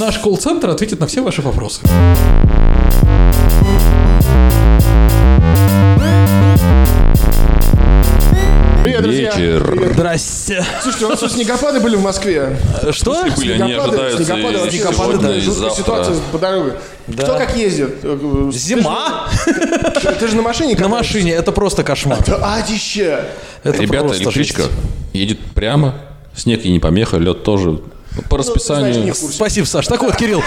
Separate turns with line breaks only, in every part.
Наш колл-центр ответит на все ваши вопросы.
Привет, друзья.
Вечер.
Здрасте.
Слушайте, у нас тут снегопады были в Москве.
Что?
Были, они ожидаются
снегопады,
и
вообще
сегодня,
снегопады,
и
жуткая ситуация
завтра.
по дороге. Кто как ездит? Э, э,
Зима?
Ты же, ты же на машине
На
катаешься?
машине это просто кошмар.
Да адище!
Это
Ребята,
просто
электричка
жесть.
едет прямо. Снег и не помеха, лед тоже. По
знаешь, не
расписанию.
в курсе.
Спасибо, Саш. Так вот, Кирилл,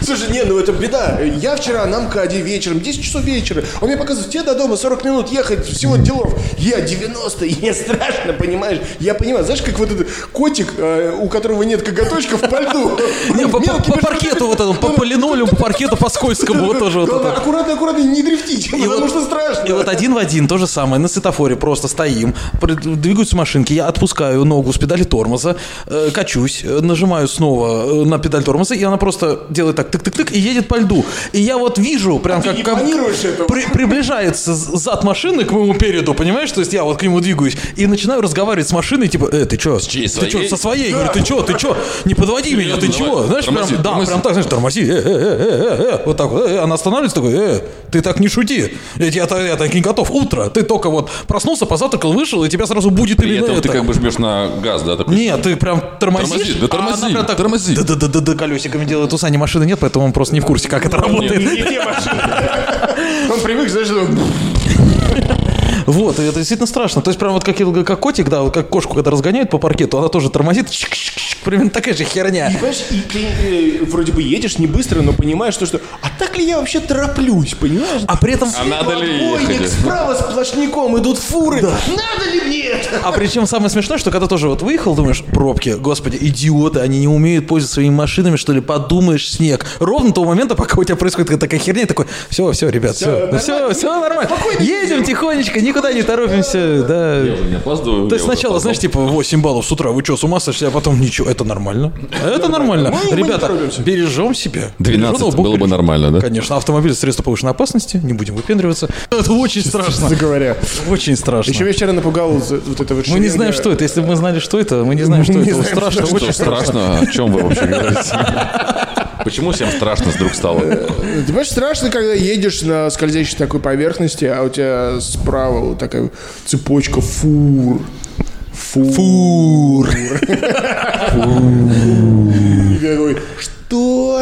Слушай, не, ну это беда. Я вчера на МКАДе вечером, 10 часов вечера, он мне показывает, тебе до дома 40 минут ехать, всего делов. Я 90, и мне страшно, понимаешь? Я понимаю, знаешь, как вот этот котик, э, у которого нет коготочков по льду.
не, по, по-
Мелкий,
по паркету вот этому, по, по линолеуму, по паркету, по скользкому, вот тоже вот
Главное,
это.
Аккуратно, аккуратно, не дрифтите, потому
вот-
что страшно.
И вот один в один то же самое. На светофоре просто стоим, пред- двигаются машинки, я отпускаю ногу с педали тормоза, э, качусь, э, нажимаю снова э, на педаль тормоза, и она просто делает так тык-тык-тык и едет по льду. И я вот вижу, прям как,
А не
как
планируешь этого?
при- приближается з- зад машины к моему переду, понимаешь? То есть я вот к нему двигаюсь и начинаю разговаривать с машиной, типа, э, ты чё?
чьей,
Ты чё,
своей?»
со своей? Говорю, ты чё, ты чё? Не подводи меня, ты
давай,
чего? Знаешь, прям,
тормози,
да,
тормози.
прям так, знаешь, тормози, э, э, э, э, э, вот так вот, э, э, она останавливается, такой, э, ты так не шути, ведь я, та- я так не готов, утро, ты только вот проснулся, позавтракал, вышел, и тебя сразу будет
При
или
этом
это.
ты как бы жмешь на газ, да? такой,
Нет, ты прям тормозишь, а
Тормози, да
она
тормози,
прям так
тормози.
Да-да-да-да, колесиками делает, у Сани машины нет, поэтому он просто не в курсе, как это работает.
Не те машины. Он привык, знаешь, что...
Вот, и это действительно страшно. То есть, прям вот как, я говорю, как котик, да, вот как кошку, когда разгоняют по паркету, она тоже тормозит. чик-чик-чик, Примерно такая же херня.
И, понимаешь, и ты э, вроде бы едешь не быстро, но понимаешь, то, что а так ли я вообще тороплюсь, понимаешь?
А при этом...
А надо ли
Отбойник,
ехать?
справа сплошняком идут фуры. Надо ли мне это?
А причем самое смешное, что когда тоже вот выехал, думаешь, пробки, господи, идиоты, они не умеют пользоваться своими машинами, что ли, подумаешь, снег. Ровно того момента, пока у тебя происходит такая херня, и такой, все, все, ребят, все,
нормально.
все, все нормально.
Спокойно
Едем тихонечко, никуда не торопимся, да.
Я уже не опаздываю.
То
я
есть
уже
сначала,
опоздал.
знаешь, типа 8 баллов с утра, вы что, с ума сошли, а потом ничего, это нормально. Это нормально.
Мы- мы не
Ребята,
торопимся.
бережем себя.
12
Бережём Бог
было бы
бережёт.
нормально, да?
Конечно, автомобиль средство повышенной опасности, не будем выпендриваться. Это очень страшно.
Говоря.
Очень страшно.
Еще вечера напугал за- вот это вот
Мы не знаем, что это. Если бы мы знали, что это, мы не знаем, что
Не
это.
знаем,
страшно,
Что
очень страшно.
страшно? О чем вы вообще говорите? Почему всем страшно вдруг стало?
Ты понимаешь, Ну, типа, страшно, когда едешь на скользящей такой поверхности, а у тебя справа вот такая цепочка фур. Фур. Фур. И ты такой, что?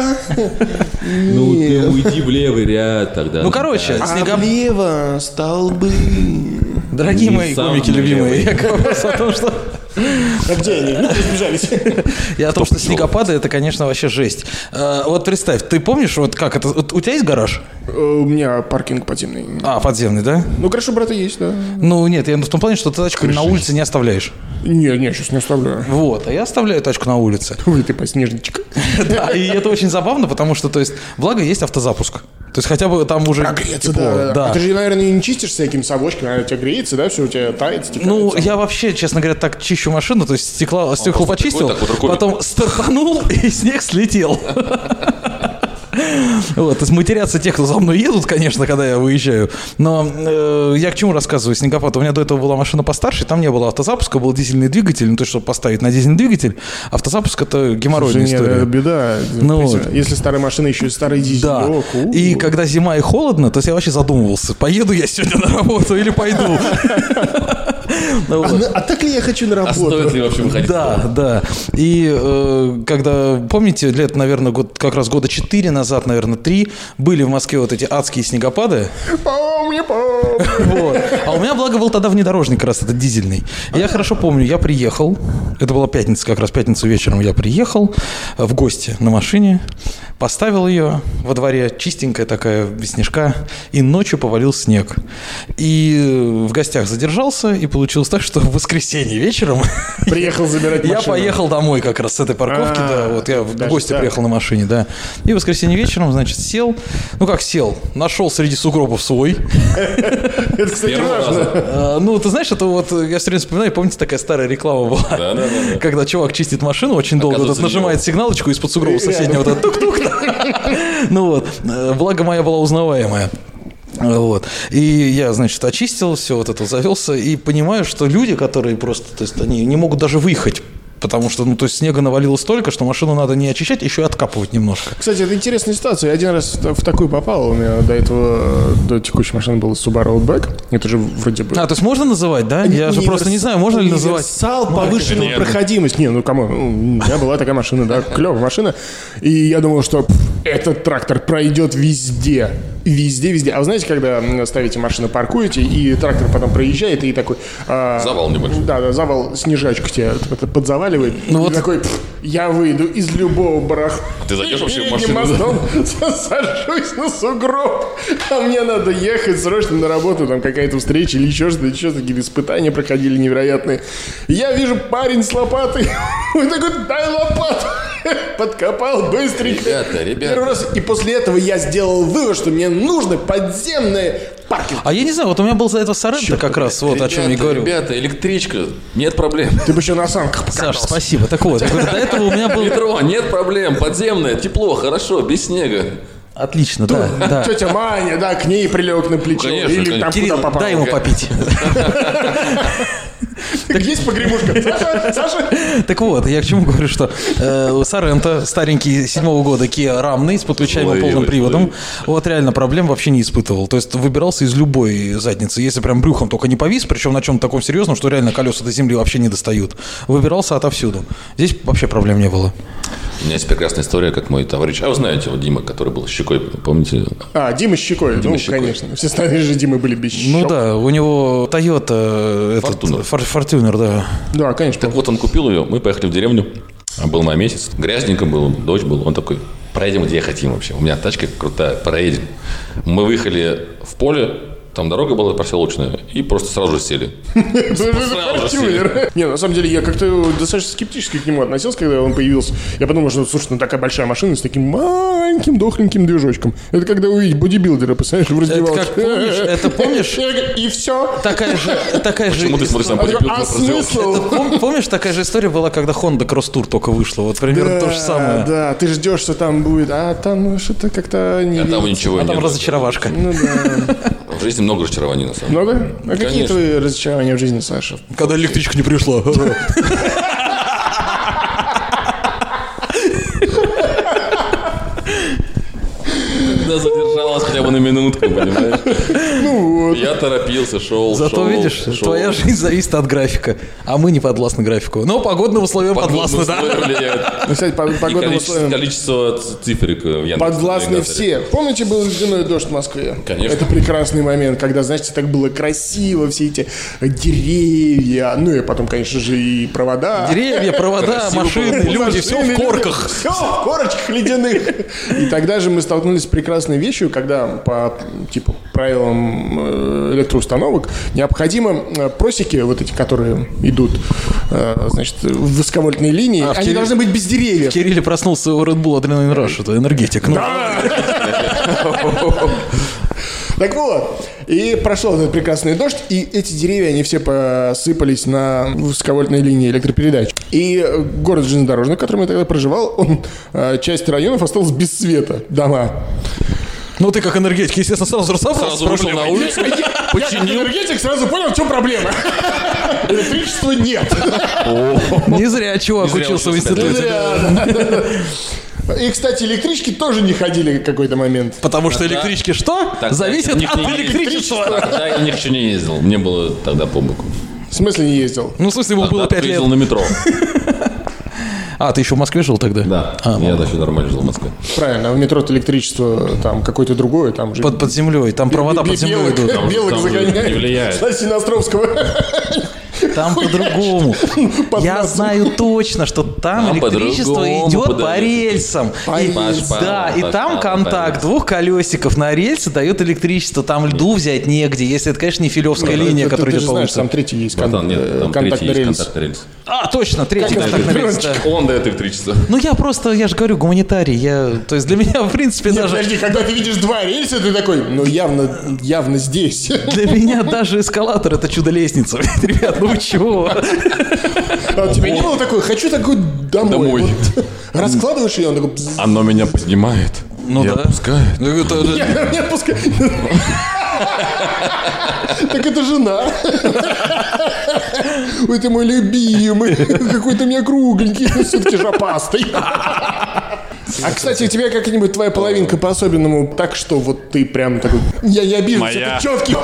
Ну ты уйди в левый ряд тогда.
Ну, короче,
А,
снегом...
Облево, столбы.
Дорогие
Не
мои
сам
гомики
не
любимые, я к вопросу о том, что...
А где они? Ну, разбежались.
Я о том, что снегопады, это, конечно, вообще жесть. Э, Вот представь, ты помнишь, вот как это... вот У тебя есть гараж?
Э, У меня паркинг подземный.
А, подземный, да?
Ну, хорошо, брата есть, да.
Ну, нет, я в том плане, что ты тачку на улице не оставляешь.
Не, не, сейчас не оставляю.
Вот, а я оставляю тачку на улице.
Ой, ты подснежничек.
Да, и это очень забавно, потому что, то есть, благо есть автозапуск. То есть, хотя бы там уже
Греется,
тепло,
да, да. да. А ты же, наверное, не чистишь всякими совочками, она у тебя греется, да, все у тебя тает, стекает.
Э,
Ну,
сам.
я вообще, честно говоря, так чищу машину, то есть стекло, стекло почистил,
А, такой, так вот рукой.
потом стартанул, и снег слетел. Вот, то есть матерятся те, кто за мной едут, конечно, когда я выезжаю. Но э, я к чему рассказываю снегопад? У меня до этого была машина постарше, там не было автозапуска, был дизельный двигатель. Ну, то, есть, чтобы поставить на дизельный двигатель, автозапуск это геморройная
Слушай, нет,
история.
это э, беда.
Ну
Понимаете,
вот.
Если старая машина, еще и старый дизель.
Да.
О, ку.
И когда зима и холодно, то есть я вообще задумывался, поеду я сегодня на работу или пойду. Ну
А,
вот.
на- а так ли я хочу на
А
работу?
стоит ли вообще выходить?
Да, да. И э, когда, помните, лет, наверное, год, как раз года 4 назад, наверное, 3, были в Москве вот эти адские снегопады.
Помню, помню.
Вот. А у меня, благо, был тогда внедорожник, как раз этот дизельный. И я хорошо помню, я приехал, это была пятница, как раз пятницу вечером я приехал э, в гости на машине, поставил ее во дворе, чистенькая такая, без снежка, и ночью повалил снег. И э, в гостях задержался, и получилось так, что в воскресенье вечером
Приехал забирать
я
машину.
поехал домой как раз с этой парковки,
А,
да, вот я в
даже
гости
так.
приехал на машине, да. И в воскресенье вечером, значит, сел, ну как сел, нашел среди сугробов свой.
Это, кстати,
Первого
важно.
раза.
А, Ну, ты знаешь, это вот, э, я все время вспоминаю, помните, такая старая реклама была?
Да, да, да.
Когда чувак чистит машину очень долго, вот этот
Оказывается,
нажимает сигналочку из-под сугроба соседнего, вот этот тук-тук. Ну вот, э, благо моя была узнаваемая. Вот. И я, значит, очистил, все вот это завелся, и понимаю, что люди, которые просто, то есть они не могут даже выехать Потому что, ну, то есть снега навалило столько, что машину надо не очищать, еще и откапывать немножко.
Кстати, это интересная ситуация. Я один раз в такую попал. У меня до этого, э, до текущей машины был Subaru Outback. Это же вроде бы...
А, то есть можно называть, да? Я же просто не знаю, можно ли называть.
Сал повышенную проходимость. Не, ну кому? У меня была такая машина, да, клевая машина. И я думал, что пф, этот трактор пройдет везде. Везде, везде. А вы знаете, когда м, ставите машину, паркуете, и трактор потом проезжает, и такой... а,
Завал небольшой.
Да, да, завал, снежачку тебя под- подзаваливает.
Ну
и
вот-
такой, «Пф, я выйду из любого барахта.
Ты зайдешь вообще в
Передним
машину, да?
мостом сажусь на сугроб, а мне надо ехать срочно на работу, там какая-то встреча или еще что-то, еще какие-то испытания проходили невероятные. Я вижу парень с лопатой, он такой, дай лопату, подкопал быстренько.
Ребята, ребята.
Первый раз, и после этого я сделал вывод, что мне нужно подземные парки.
А я не знаю, вот у меня был за это Соренто как раз, вот о чем я и
Ребята,
говорю.
Ребята, электричка, нет проблем.
Ты бы еще на санках
Саш, спасибо. Так вот, я говорю, до этого у меня был...
Метро, нет проблем, подземное, тепло, хорошо, без снега.
Отлично, да, да.
Тетя Маня, да, к ней прилег на плечо.
Ну, Конечно,
или
конечно.
там
Кирилл,
куда попал.
дай ему попить.
Так есть погремушка. Саша, Саша.
Так вот, я к чему говорю, что э, Соренто, старенький седьмого года Kia Рамный с подключаемым
Ой,
полным
ой,
приводом,
ой.
вот реально проблем вообще не испытывал. То есть выбирался из любой задницы, если прям брюхом только не повис, причем на чем-то таком серьезном, что реально колеса до земли вообще не достают. Выбирался отовсюду. Здесь вообще проблем не было.
У меня есть прекрасная история, как мой товарищ. А вы знаете, вот Дима, который был щекой, помните?
А, Дима с щекой. ну,
щекой.
конечно. Все остальные же Димы были без щек.
Ну да, у него Toyota, э, этот,
Фортунер.
Фор- Фортунер, да.
Да, конечно.
Так вот он купил ее, мы поехали в деревню, а был на месяц, грязненько был, дождь был, он такой, проедем где хотим вообще, у меня тачка крутая, проедем. Мы выехали в поле, там дорога была проселочная, и просто сразу же сели.
Потому что
Сразу
это
сели.
Фортунер. Не, на самом деле, я как-то достаточно скептически к нему относился, когда он появился. Я подумал, что, слушай, ну такая большая машина с таким маленьким дохленьким движочком. Это когда увидеть бодибилдера, представляешь, в раздевалке.
как помнишь, это помнишь?
И все.
Такая же, такая же.
Почему ты смотришь на
А
бодибилдер?
смысл?
Пом- Помнишь, такая же история была, когда Honda Cross Tour только вышла, вот примерно то же самое.
Да, ты ждешь, что там будет, а там что-то как-то не
А там
видно. Ну
ничего
А там
нет.
разочаровашка.
В жизни много разочарований, на самом деле.
Много? А какие
Конечно.
твои разочарования в жизни, Саша?
Когда электричка не пришла.
Да, задержалась хотя бы на минутку, понимаешь? Ну вот. Я торопился, шел,
Зато
шел,
видишь,
шел.
твоя жизнь зависит от графика, а мы не подвластны графику. Но погодным условиям подвластны,
Подгласные
да.
условия влияют.
Ну, Кстати, по
И
погодным
количество,
условиям.
количество ц- цифрик э, в Яндексе.
Подвластны
навигаторе.
все. Помните, был ледяной дождь в Москве?
Конечно.
Это прекрасный момент, когда, знаете, так было красиво, все эти э, деревья, ну и потом, конечно же, и провода.
Деревья, провода,
Красиво
машины,
было.
люди, все в корках.
Все в корочках ледяных. И тогда же мы столкнулись с прекрасной вещью, когда по типа правилам э, электроустановок необходимо э, просеки, вот эти, которые идут, э, значит, в высоковольтные линии,
А в
они
Кири-
должны быть без деревьев.
Кирилл проснулся у Red Bull Adrenaline Rush, это энергетик. Ну,
Так вот, и прошел вот этот прекрасный дождь, и эти деревья, они все посыпались на высоковольтной линии электропередач. И э, город железнодорожный, в котором я тогда проживал, он э, часть районов осталась без света, дома.
ну ты как энергетик, естественно, сразу разобрался.
Сразу вышел на улицу, починил.
Энергетик сразу понял, в чем проблема. Электричества нет.
Не зря чувак
Не зря
учился в
учился, да.
Ну,
институте.
зря, да. И, кстати, электрички тоже не ходили в какой-то момент.
Потому что электрички что?
Тогда
Зависят
я не-
от
не-
электричества.
Тогда я ни к чему не ездил. Мне было тогда по боку.
В смысле не ездил?
Ну, в смысле, ему было 5
Тогда только
лет.
ездил на метро.
А, ты еще в Москве жил тогда?
Да.
А,
Я даже нормально жил в Москве.
Правильно, в метро электричество там какое-то другое, там уже
Под, под землей, там провода под землей
белок,
идут.
белок
там же
загоняет.
не влияет.
Знаешь, Синостровского.
Там по-другому. Я
нас.
знаю точно, что там
Там
электричество
по-другому
идет по
подают.
рельсам. И-
рельсам.
Да, и
По
там
шпалам,
контакт
по
двух колесиков на рельсы дает электричество. Там льду взять негде, если это, конечно, не филевская линия,
Ну, Ты- ты-
которая
ты же
идет по
знаешь,
улице.
там третий есть кон-
Братан, нет,
э,
там
контактный
третий есть
рельс.
контактный рельс.
А, точно, третий
Как это,
контактный рельс, да.
Он дает электричество.
Ну я просто, я же говорю, гуманитарий. Я, то есть для меня, в принципе,
Нет,
даже...
подожди, когда ты видишь два рельса, ты такой, ну явно, явно здесь.
Для меня даже эскалатор это чудо-лестница. Ребят, ну вы чего?
А у тебя не было такой, хочу такой домой.
Домой.
Вот. Раскладываешь ее, он такой, «Бзз».
Оно меня поднимает.
Ну
и
да.
Отпускает.
Ну, это-
не отпускай. Так это жена. Ой, ты мой любимый. Какой ты у меня кругленький. но Все-таки жопастый. А, кстати, у тебя как-нибудь твоя половинка по-особенному так, что вот ты прям такой... Я не обижусь,
Моя.
это четкий.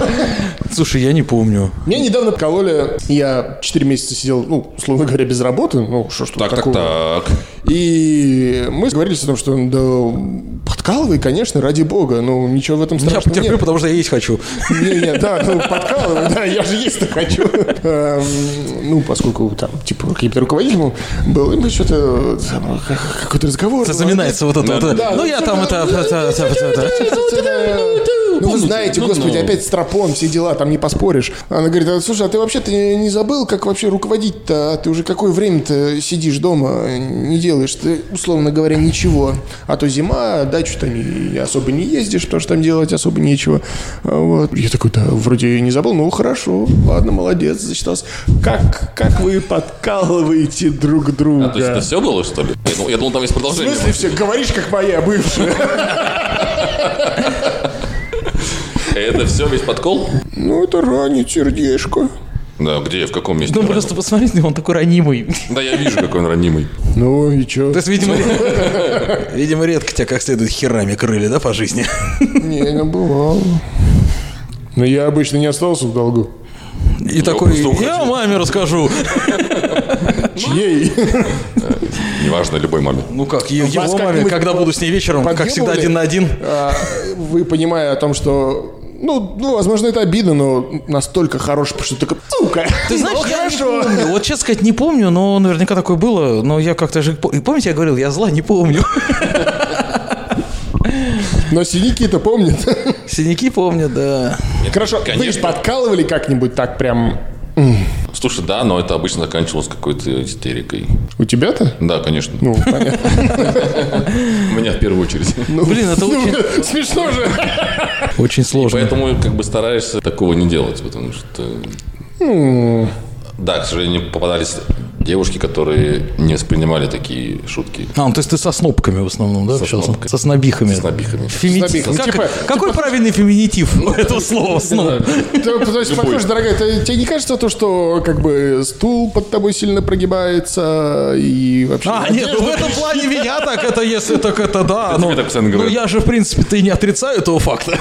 Слушай, я не помню.
Меня недавно кололи. Я 4 месяца сидел, ну, условно говоря, без работы. Ну, что ж тут
Так, так,
такого?
так.
И мы говорились о том, что да, подкалывай, конечно, ради бога, но ничего в этом
Я
страшного
потерплю,
нет.
потому что я есть хочу.
Не-не, да, ну, подкалывай, да, я же есть-то хочу. Эм, Ну, поскольку там, типа, каким-то руководителем был, и мы что-то, э, там, как- какой-то разговор. был.
Заминается вот это вот. это.
Да,
Ну, я
что-то-
там это... это- это- это- это.
Ну, вы знаете,
ну,
господи,
ну.
опять стропон, все дела, там не поспоришь. Она говорит, «А, слушай, а ты вообще ты не забыл, как вообще руководить-то? А Ты уже какое время-то сидишь дома, не делаешь ты, условно говоря, ничего. А то зима, дачу там и особо не ездишь, потому что там делать особо нечего. А Вот. Я такой, да, вроде и не забыл, ну хорошо, ладно, молодец, зачитался. Как, как вы подкалываете друг друга?
То есть это все было, что ли? Я думал, я думал, там есть
В
продолжение.
смысле все? Говоришь, как моя бывшая.
Это все весь подкол?
Ну, это ранит сердечко.
Да, где, в каком месте?
Ну, просто посмотри, он такой ранимый.
Да, я вижу, какой он ранимый.
Ну и чё?
То есть, видимо, ре- видимо, редко тебя как следует херами крыли, да, по жизни?
Не, не бывало. Но я обычно не остался в долгу.
И такой,
просто уходил.
я маме расскажу.
Чьей?
Неважно, любой маме.
Ну как, е-
Вас
его маме,
как-нибудь
когда буду с ней вечером, как всегда,
подъебывали?
один на один.
А, Вы понимая о том, что... Ну, ну, возможно, это обидно, но настолько хорош, потому что ты такой, сука,
Ты знаешь,
ну,
я
хорошо.
не помню. Вот честно сказать, не помню, но наверняка такое было. Но я как-то же... пом- Помните, я говорил, я зла не помню.
Но синяки-то помнят.
Синяки помню, да.
Хорошо, вы же
конечно.
подкалывали как-нибудь так прям...
Слушай, да, но это обычно заканчивалось какой-то истерикой.
У тебя-то?
Да, конечно.
Ну, понятно.
У меня в первую очередь.
Блин, это
Ну,
очень...
Смешно же.
Очень сложно.
Поэтому как бы стараешься такого не делать, потому что...
Ну.
Да, к сожалению, попадались девушки, которые не воспринимали такие шутки
А, ну, то есть ты со снопками в основном, да, общался?
снопками.
Со снобихами.
с набихами.
Фемини-
Снобихами.
Как-
Типа-
Какой правильный феминитив
Ну,
у этого слова Ну, сноб?
То- то есть, похоже, дорогая, ты- тебе не кажется то, что как бы стул под тобой сильно прогибается и вообще...
А, нет, ну в этом плане меня так это, если так это да.
тебе
ну,
так постоянно
ну,
говорят.
я же, в принципе, ты не отрицаю этого факта.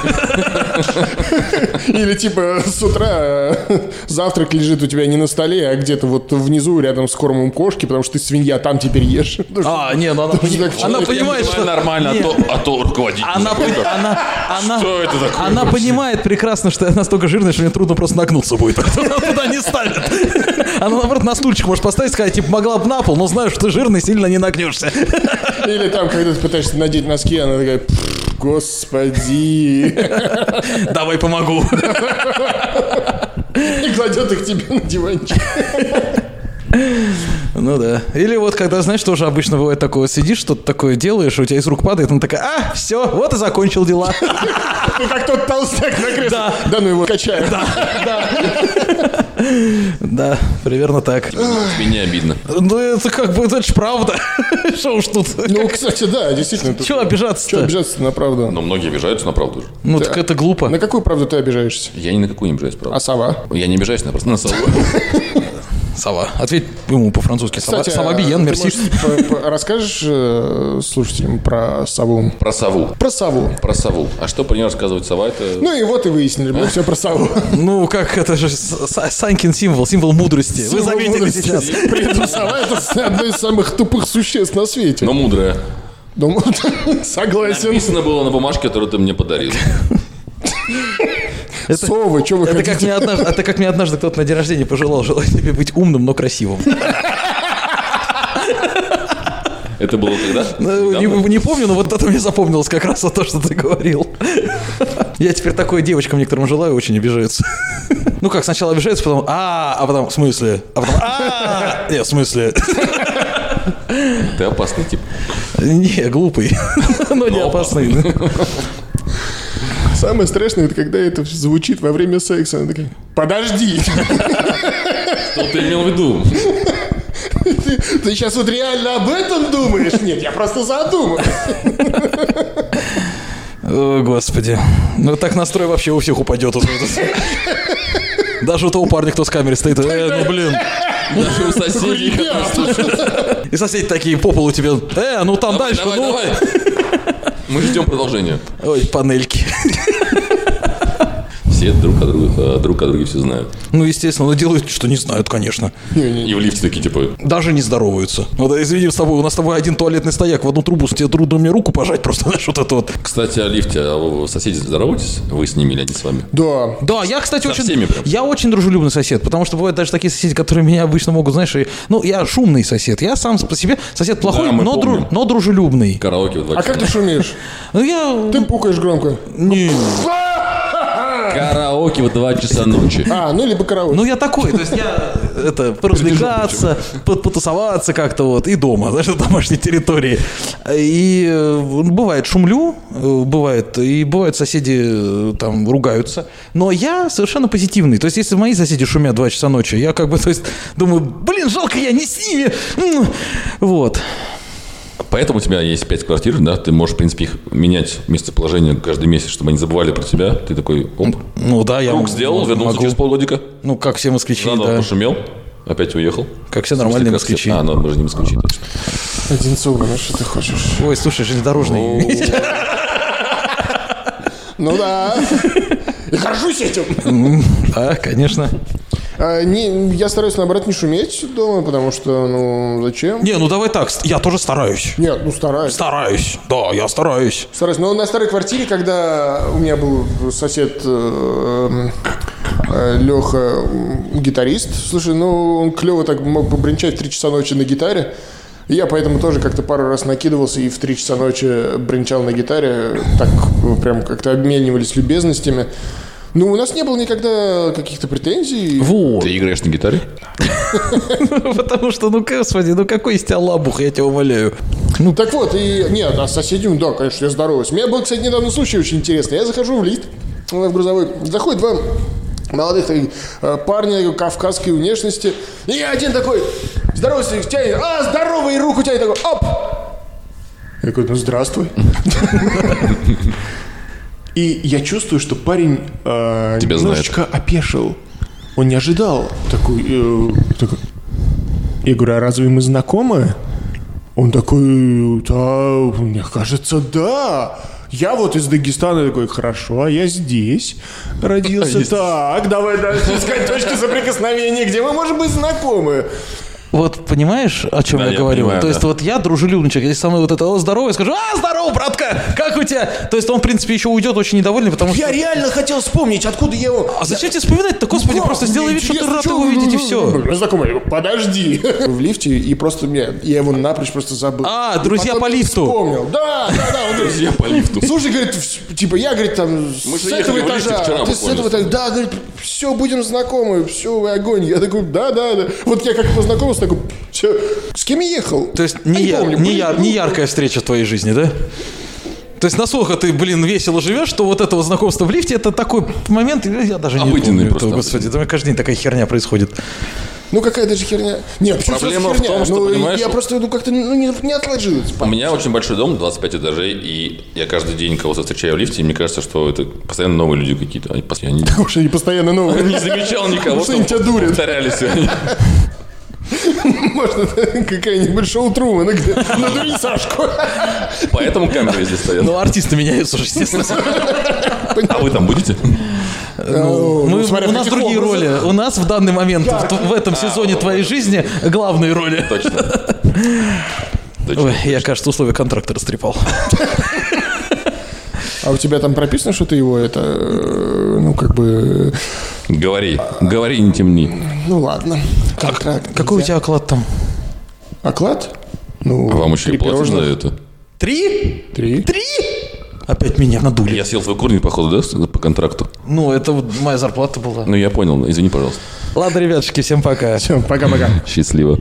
Или типа с утра э, завтрак лежит у тебя не на столе, а где-то вот внизу рядом с кормом кошки, потому что ты свинья, там теперь ешь. Потому что-
А, не, ну она,
Потому что так
она
человек-
понимает, что...
нормально, а
Нет.
то, а то руководитель.
Она, пон- она, она,
Что это такое
она
вообще?
понимает прекрасно, что я настолько жирная, что мне трудно просто нагнуться будет. Она туда не ставит. Она, наоборот, на стульчик может поставить, сказать, типа, могла бы на пол, но знаю, что ты жирный, сильно не нагнешься.
Или там, когда ты пытаешься надеть носки, она такая, «Пф, господи,
Давай помогу.
и кладет их тебе на диванчик.
Ну да. Или вот когда, знаешь, тоже обычно бывает такое, сидишь, что-то такое делаешь, у тебя из рук падает, она такая, а, все, вот и закончил дела.
Ну, как тот толстяк на кресле.
Да.
да ну его качаю.
Да, примерно так.
Тебе не обидно.
Ну это как бы, это ж правда. Что уж тут.
Ну, кстати, да, действительно. тут-
Чего
Чего
обижаться-то?
обижаться на правду?
Но многие обижаются на правду же.
Ну так это глупо.
На какую правду ты обижаешься?
Я ни на какую не обижаюсь,
А
правда.
сова?
Я не обижаюсь на просто на сову.
Сова. Ответь ему по-французски. Сова,
Кстати,
сова
а
биен,
ты,
мерси.
может, по- по- Расскажешь э, слушателям про сову?
Про сову.
Про сову.
Про сову. А что про нее рассказывать сова? Это
Ну и вот и выяснили, мы все про сову.
Ну, как это же С- С- Санькин символ, символ мудрости. Вы заметили
Мудрости.
сейчас.
При этом сова это с- одно из самых тупых существ на свете.
Ну.
но мудрая.
Думаю, согласен.
Написано было на бумажке, которую ты мне подарил.
Совы, что вы
Это как, мне
хотите?
однажды, это как мне однажды кто-то на день рождения пожелал, желаю тебе быть умным, но красивым.
Это было тогда?
Ну, Не,
Недавно?
не помню, но вот это мне запомнилось как раз вот то, что ты говорил. Я теперь такой девочкам некоторым желаю, очень обижаются. Ну как, сначала обижаются, потом а, а потом в смысле, а потом а, не, в смысле.
Ты опасный тип.
Не, глупый, но не опасный.
Самое страшное, это когда это звучит во время секса. Она такая, подожди,
Что ты имел в виду?
ты сейчас вот реально об этом думаешь? Нет, я просто задумал.
О, господи. Ну, так настрой вообще у всех упадет. вот это. Даже у того парня, кто с камерой стоит. Э, ну, блин.
Даже у соседей.
И соседи такие по полу тебе. Э, ну там
Давай,
дальше.
давай,
ну».
давай. Мы ждем продолжения.
Ой, панельки.
Все друг о друге, э, друг о друге все знают.
Ну, естественно, ну, делают, что не знают, конечно.
И в лифте такие, типа,
Даже не здороваются. Вот, э, извини, с тобой, у нас с тобой один туалетный стояк в одну трубу, с тебе трудно мне руку пожать просто, знаешь, вот это вот.
кстати, о лифте, а вы соседи здороваетесь? Вы с ними или они с вами?
Да.
Да, я, кстати,
Со
очень,
всеми прям.
я очень дружелюбный сосед, потому что бывают даже такие соседи, которые меня обычно могут, знаешь, и- ну, я шумный сосед, я сам по себе сосед плохой,
Да, мы
но, дру-
помним.
но дружелюбный.
Караоке во дворе.
А как ты шумеешь?
Ну, я...
Ты пукаешь громко.
Караоке в 2 часа ночи.
А, ну либо караул.
Ну, я такой, то есть я э, это, поразвлекаться, по- потусоваться как-то вот, и дома, знаешь, на домашней территории. И э, бывает шумлю, э, бывает, и бывают соседи э, там ругаются, но я совершенно позитивный. То есть, если мои соседи шумят 2 часа ночи, я как бы, то есть, думаю, блин, жалко, я не с ними. М, Вот.
Поэтому у тебя есть пять квартир, да? Ты можешь, в принципе, их менять местоположение каждый месяц, чтобы они забывали про тебя. Ты такой, оп,
Ну да, я
круг
м-
сделал, вернулся
могу.
через полгодика.
Ну, как все москвичи,
Заново
да.
пошумел, опять уехал.
Как все нормальные
Как все-
москвичи.
А, ну, мы же не москвичи, точно.
Одинцова, ну что ты хочешь?
Ой, слушай, железнодорожный.
Ну да. И горжусь этим.
Ну.
Да, конечно.
А, не, я стараюсь, наоборот, не шуметь дома, потому что, ну, зачем?
Не, ну давай так, я тоже стараюсь.
Нет, ну стараюсь.
Стараюсь, да, я стараюсь.
Стараюсь. Но на старой квартире, когда у меня был сосед э, Леха, гитарист, слушай, ну он клево так мог побренчать в 3 часа ночи на гитаре. И я поэтому тоже как-то пару раз накидывался и в 3 часа ночи бренчал на гитаре. Так э, прям как-то обменивались любезностями. Ну, у нас не было никогда каких-то претензий.
Вот.
Ты играешь на гитаре?
Потому что, ну, господи, ну какой из тебя лабух, я тебя умоляю. Ну,
Так вот, и нет, а с соседями, да, конечно, я здороваюсь. У меня был, кстати, недавно случай очень интересный. Я захожу в лифт, э, в грузовой, заходят два молодых э, парня кавказской внешности, и один такой, здоровается, их тянет, а, здоровый, и руку тянет, такой, оп! Я такой, ну, здравствуй. И я чувствую, что парень э,
Тебя знает.
немножечко опешил. Он не ожидал такой, э, такой. Я говорю, а разве мы знакомы? Он такой, да, мне кажется, да. Я вот из Дагестана такой, хорошо, а я здесь родился. Так, давай дальше искать точки соприкосновения, где мы можем быть знакомы.
вот понимаешь, о чем
Да,
я,
я
говорю?
понимаю,
То есть
да.
вот я дружелюбный человек, если со мной вот это «О, здорово, я скажу, а, здорово, братка, как у тебя? То есть он, в принципе, еще уйдет очень недовольный, потому что...
Я реально хотел вспомнить, откуда я его...
А зачем тебе вспоминать-то, господи,
Да,
просто сделай
мне
вид, что ты
интересно,
рад
чё
его
вы-
видеть, и
ну, ну,
все.
ну, Знакомый, я говорю, подожди. В лифте, и просто мне, я его напрочь просто забыл.
А,
И
друзья
потом
по лифту.
Вспомнил, да, да, да, он друзья.
Я по лифту.
Слушай, говорит, вс- типа, я, говорит, там,
Мы
с
же
этого
ехали в лифте
этажа,
вчера
ты с
буквально.
этого этажа, да, говорит, все, будем знакомы, все, огонь. Я такой, да, да, да. Вот я как познакомился, такой, все, с кем я ехал?
То есть
А
не, я-
помню,
не
были-
я- не яркая встреча в твоей жизни, да? То есть насколько ты, блин, весело живешь, что вот этого знакомства в лифте это такой момент, я даже не
Обыденный
помню
просто,
этого, господи, да, каждый день такая херня происходит.
Ну, какая даже херня. Нет, почему сразу
Проблема в
херня?
том, что,
ну,
понимаешь,
я
у-
просто, ну, как-то, ну, не, не отложилось.
У меня очень большой дом, 25 этажей, и я каждый день кого-то встречаю в лифте, и мне кажется, что это постоянно новые люди какие-то. Они пос- Я не,
Потому что они постоянно новые.
не замечал никого,
Что они тебя
чтобы
дурят.
повторялись сегодня.
Может, это какая-нибудь шоу Трумана, где надури Сашку.
Поэтому камеры здесь стоят.
Ну, артисты меняются уже, естественно.
А вы там будете?
Мы-
Ну, смотря
у
в
нас
каких
другие
образах.
роли. У нас в данный момент, в, т- в этом сезоне твоей жизни, главные роли.
Точно.
Ой,
Точно.
я, кажется, условия контракта растрепал.
А у тебя там прописано, что ты его это, э, ну, как бы,
Говори, говори, не темни.
ну, ладно. Контракт.
Какой у тебя оклад там?
Оклад? Ну,
А Вам еще и
три
платят за
пирожных.
это.
Три?
Три.
Три? Опять меня надули.
Я съел твой корень, походу, да, с- по контракту?
Ну, это вот моя зарплата была.
Ну, я понял, извини, пожалуйста.
Ладно, ребятушки, всем пока.
Все, пока-пока.
Счастливо.